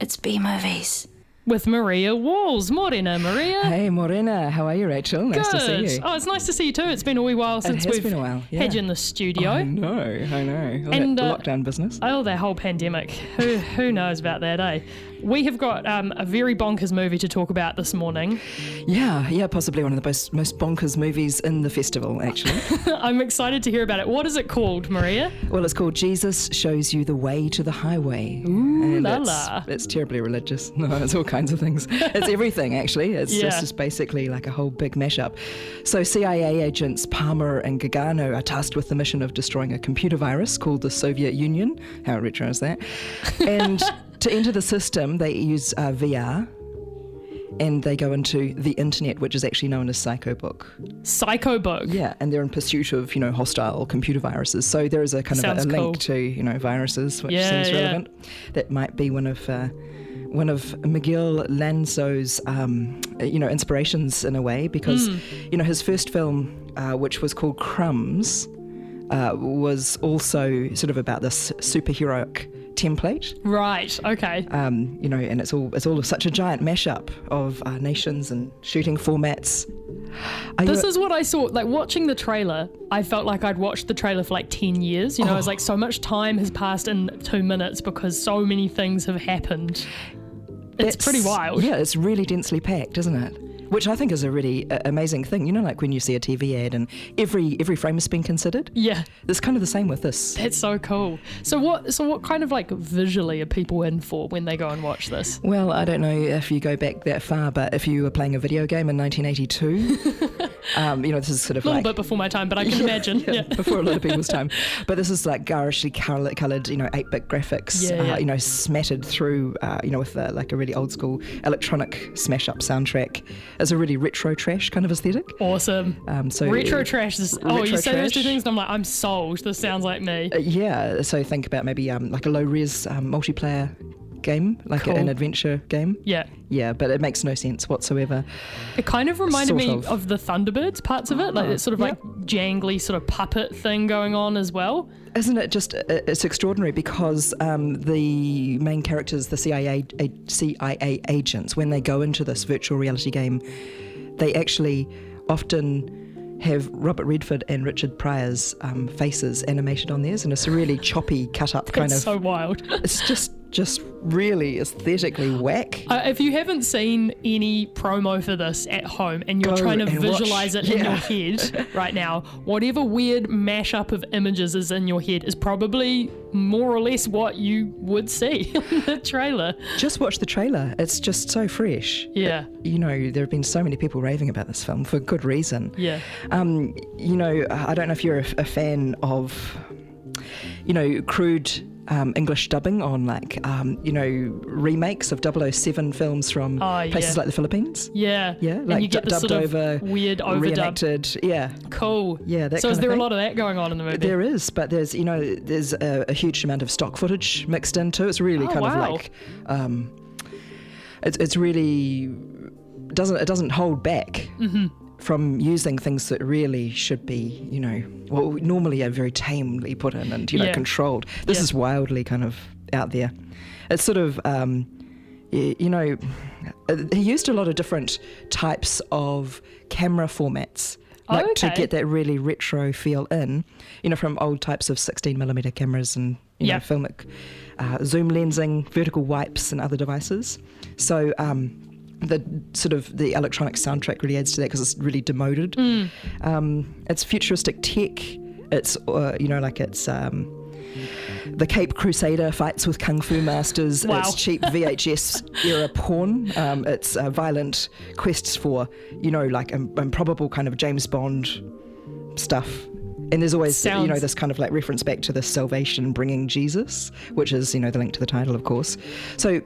It's B movies. with Maria Walls. Morena, Maria. Hey, Morena. How are you, Rachel? Nice Good. to see you. Oh, it's nice to see you too. It's been a wee while since has we've been a while, yeah. Um, had you in the studio. I know, I know. All And, that uh, lockdown business. Oh, that whole pandemic. Who who knows about that, eh? We have got um, a very bonkers movie to talk about this morning. Yeah, yeah, possibly one of the most, most bonkers movies in the festival, actually. I'm excited to hear about it. What is it called, Maria? well, it's called Jesus Shows You the Way to the Highway. Ooh, la la. It's, it's terribly religious. No, it's all kinds of things. It's everything, actually. It's, Yeah. it's just basically like a whole big mashup. So, CIA agents Palmer and Gagano are tasked with the mission of destroying a computer virus called the Soviet Union. How retro is that? And to enter the system, they use uh, VR. And they go into the internet, which is actually known as Psychobook. Psycho Book. Yeah, and they're in pursuit of you know hostile computer viruses. So there is a kind Sounds of a, a cool. link to you know viruses, which Yeah, seems yeah. relevant. That might be one of uh, one of Miguel Lanzo's um, you know inspirations in a way, because Hmm. you know his first film, uh, which was called Crumbs, uh, was also sort of about this superheroic template Right. Okay. um, you know, and it's all it's all such a giant mashup of uh, nations and shooting formats. Are This you- is what I saw. Like watching the trailer, I felt like I'd watched the trailer for like 10 years. You know, Oh. it's like so much time has passed in two minutes because so many things have happened. It's That's- pretty wild. Yeah, it's really densely packed, isn't it? Which I think is a really uh, amazing thing. You know, like when you see a TV ad and every every frame has been considered. Yeah. It's kind of the same with this. That's so cool. So what so what kind of like visually are people in for when they go and watch this? Well, I don't know if you go back that far, but if you were playing a video game in 1982, um, you know, this is sort of A little like bit before my time, but I can imagine. Yeah. before a lot of people's time. But this is like garishly coloured, coloured you know, 8-bit graphics, Yeah, uh, yeah. you know, smattered through, uh, you know, with uh like a really old school electronic smash-up soundtrack. It's a really retro trash kind of aesthetic. Awesome. Um, so retro trash is oh, you retro say those two trash. things and I'm like, I'm sold. This sounds like me. Uh, yeah, so think about maybe um, like a low-res um, multiplayer game, like Cool. an adventure game. Yeah. Yeah, but it makes no sense whatsoever. It kind of reminded Sort me of. of. the Thunderbirds parts of it. Like Ah, it's sort of yeah. like jangly sort of puppet thing going on as well. Isn't it just i- it's extraordinary because um, the main characters, the CIA a- CIA agents, when they go into this virtual reality game, they actually often have Robert Redford and Richard Pryor's um, faces animated on theirs, and it's a really choppy, cut up kind it's of. so wild. it's just just really aesthetically whack. Uh, if you haven't seen any promo for this at home and you're Go trying to and watch. visualize it in Yeah. your head right now, whatever weird mashup of images is in your head is probably more or less what you would see in the trailer. Just watch the trailer; it's just so fresh. Yeah. You know, there have been so many people raving about this film for good reason. Yeah. Um, you know, I don't know if you're a, a fan of, you know, crude um, English dubbing on like, um, you know, remakes of 007 films from Oh, places yeah. like the Philippines. Yeah. Yeah, and like you get du- this dubbed sort of over, weird overdub. reenacted. Yeah, Cool. Yeah, that so is kind of there a thing. lot of that going on in the movie? there is, but there's you know there's a, a huge amount of stock footage mixed in too. It's really Oh, kind wow. of like, um, it's it's really doesn't it doesn't hold back Mm-hmm. from using things that really should be you know well normally are very tamely put in and you know Yeah. controlled. This Yeah. is wildly kind of out there. It's sort of um, y- you know uh, he used a lot of different types of camera formats Oh, like to okay. get that really retro feel in, you know, from old types of 16 millimeter cameras and you Yeah. know, filmic uh, zoom lensing, vertical wipes, and other devices. So um, the sort of the electronic soundtrack really adds to that because it's really demoted. Mm. Um, it's futuristic tech. It's uh, you know like it's. Um, the Cape Crusader fights with kung fu masters. Wow. It's cheap VHS era porn. Um, it's uh, violent quests for you know like im- improbable kind of James Bond stuff. And there's always you know Sounds- this kind of like reference back to the salvation bringing Jesus, which is you know the link to the title, of course. So,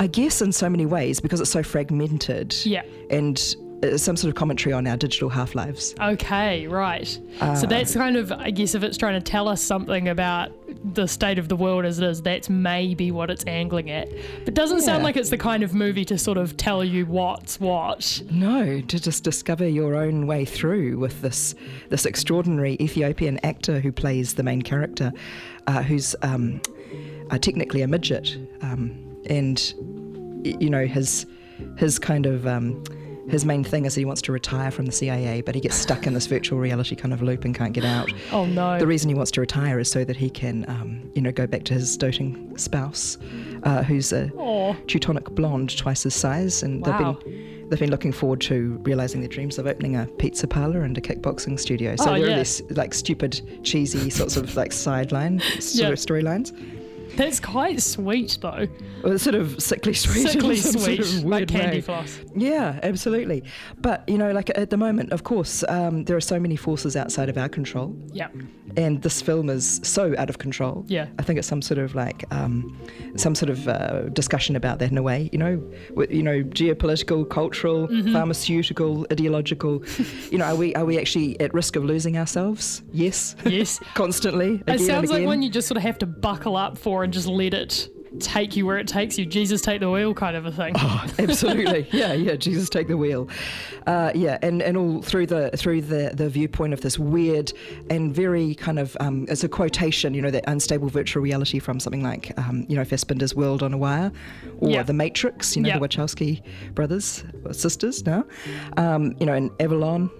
I guess in so many ways because it's so fragmented. Yeah. And. uh, Some sort of commentary on our digital half lives. Okay, right. Um, so that's kind of, I guess, if it's trying to tell us something about the state of the world as it is, that's maybe what it's angling at. But doesn't sound Yeah. like it's the kind of movie to sort of tell you what's what. No, to just discover your own way through with this this extraordinary Ethiopian actor who plays the main character, uh, who's um, uh, technically a midget, um, and y- you know his his kind of um, his main thing is that he wants to retire from the CIA, but he gets stuck in this virtual reality kind of loop and can't get out. Oh no. The reason he wants to retire is so that he can, um, you know, go back to his doting spouse, uh, who's a Aw. Teutonic blonde twice his size, Wow. and they've been they've been looking forward to realizing their dreams of opening a pizza parlor and a kickboxing studio. So Oh, there yeah. are these like stupid, cheesy sorts of like sideline sort Yeah. of storylines. That's quite sweet though. Well, it's sort of sickly sweet, in Sickly some sort sweet, of like weird candy way. floss. Yeah, absolutely. But you know, like at the moment, of course, um, there are so many forces outside of our control, Yeah. and this film is so out of control. Yeah. I think it's some sort of like um, some sort of uh, discussion about that in a way. You know, with, you know, geopolitical, cultural, Mm-hmm. pharmaceutical, ideological. you know, are we are we actually at risk of losing ourselves? Yes, Yes. constantly. Again It sounds and like again. one you just sort of have to buckle up for and just let it take you where it takes you. Jesus, take the wheel, kind of a thing. Oh. Absolutely, yeah, yeah. Jesus, take the wheel, uh, yeah, and and all through the through the the viewpoint of this weird and very kind of um, it's a quotation, you know, that unstable virtual reality from something like um, you know Fassbender's World on a Wire, or Yeah. The Matrix, you know, Yeah. the Wachowski brothers or sisters now, um, you know, and Avalon.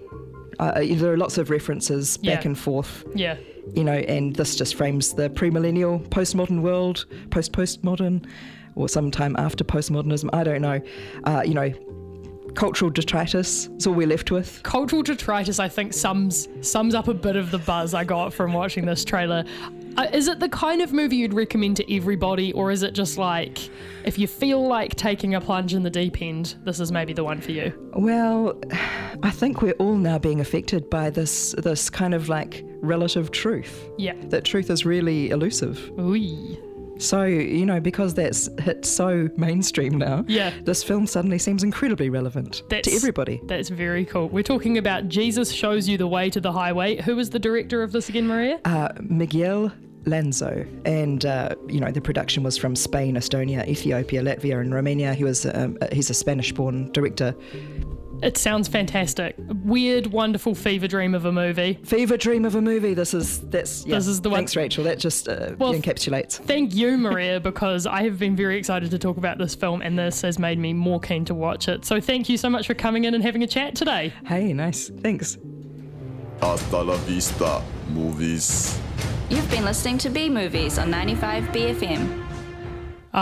Uh, there are lots of references back Yeah. and forth, Yeah. you know, and this just frames the premillennial, postmodern world, post postmodern, or sometime after postmodernism. I don't know. Uh, you know, cultural detritus is all we're left with. Cultural detritus, I think, sums sums up a bit of the buzz I got from watching this trailer. Uh, is it the kind of movie you'd recommend to everybody, or is it just like if you feel like taking a plunge in the deep end, this is maybe the one for you? Well, I think we're all now being affected by this this kind of like relative truth. Yeah. That truth is really elusive. Ooh. So, you know, because that's hit so mainstream now, Yeah. this film suddenly seems incredibly relevant That's- to everybody. That's very cool. We're talking about Jesus shows you the way to the highway. Who was the director of this again, Maria? uh, Miguel Lanzo. And, uh, you know, the production was from Spain, Estonia, Ethiopia, Latvia, and Romania. He was, um, uh, he's a Spanish born director. It sounds fantastic. Weird, wonderful fever dream of a movie. Fever dream of a movie. This is, that's, yeah. This is the one- Thanks, Rachel. That just uh, Well, encapsulates. Thank you, Maria, because I have been very excited to talk about this film, and this has made me more keen to watch it. So, thank you so much for coming in and having a chat today. Hey, nice. Thanks. Hasta la vista, movies. You've been listening to B Movies on 95 BFM.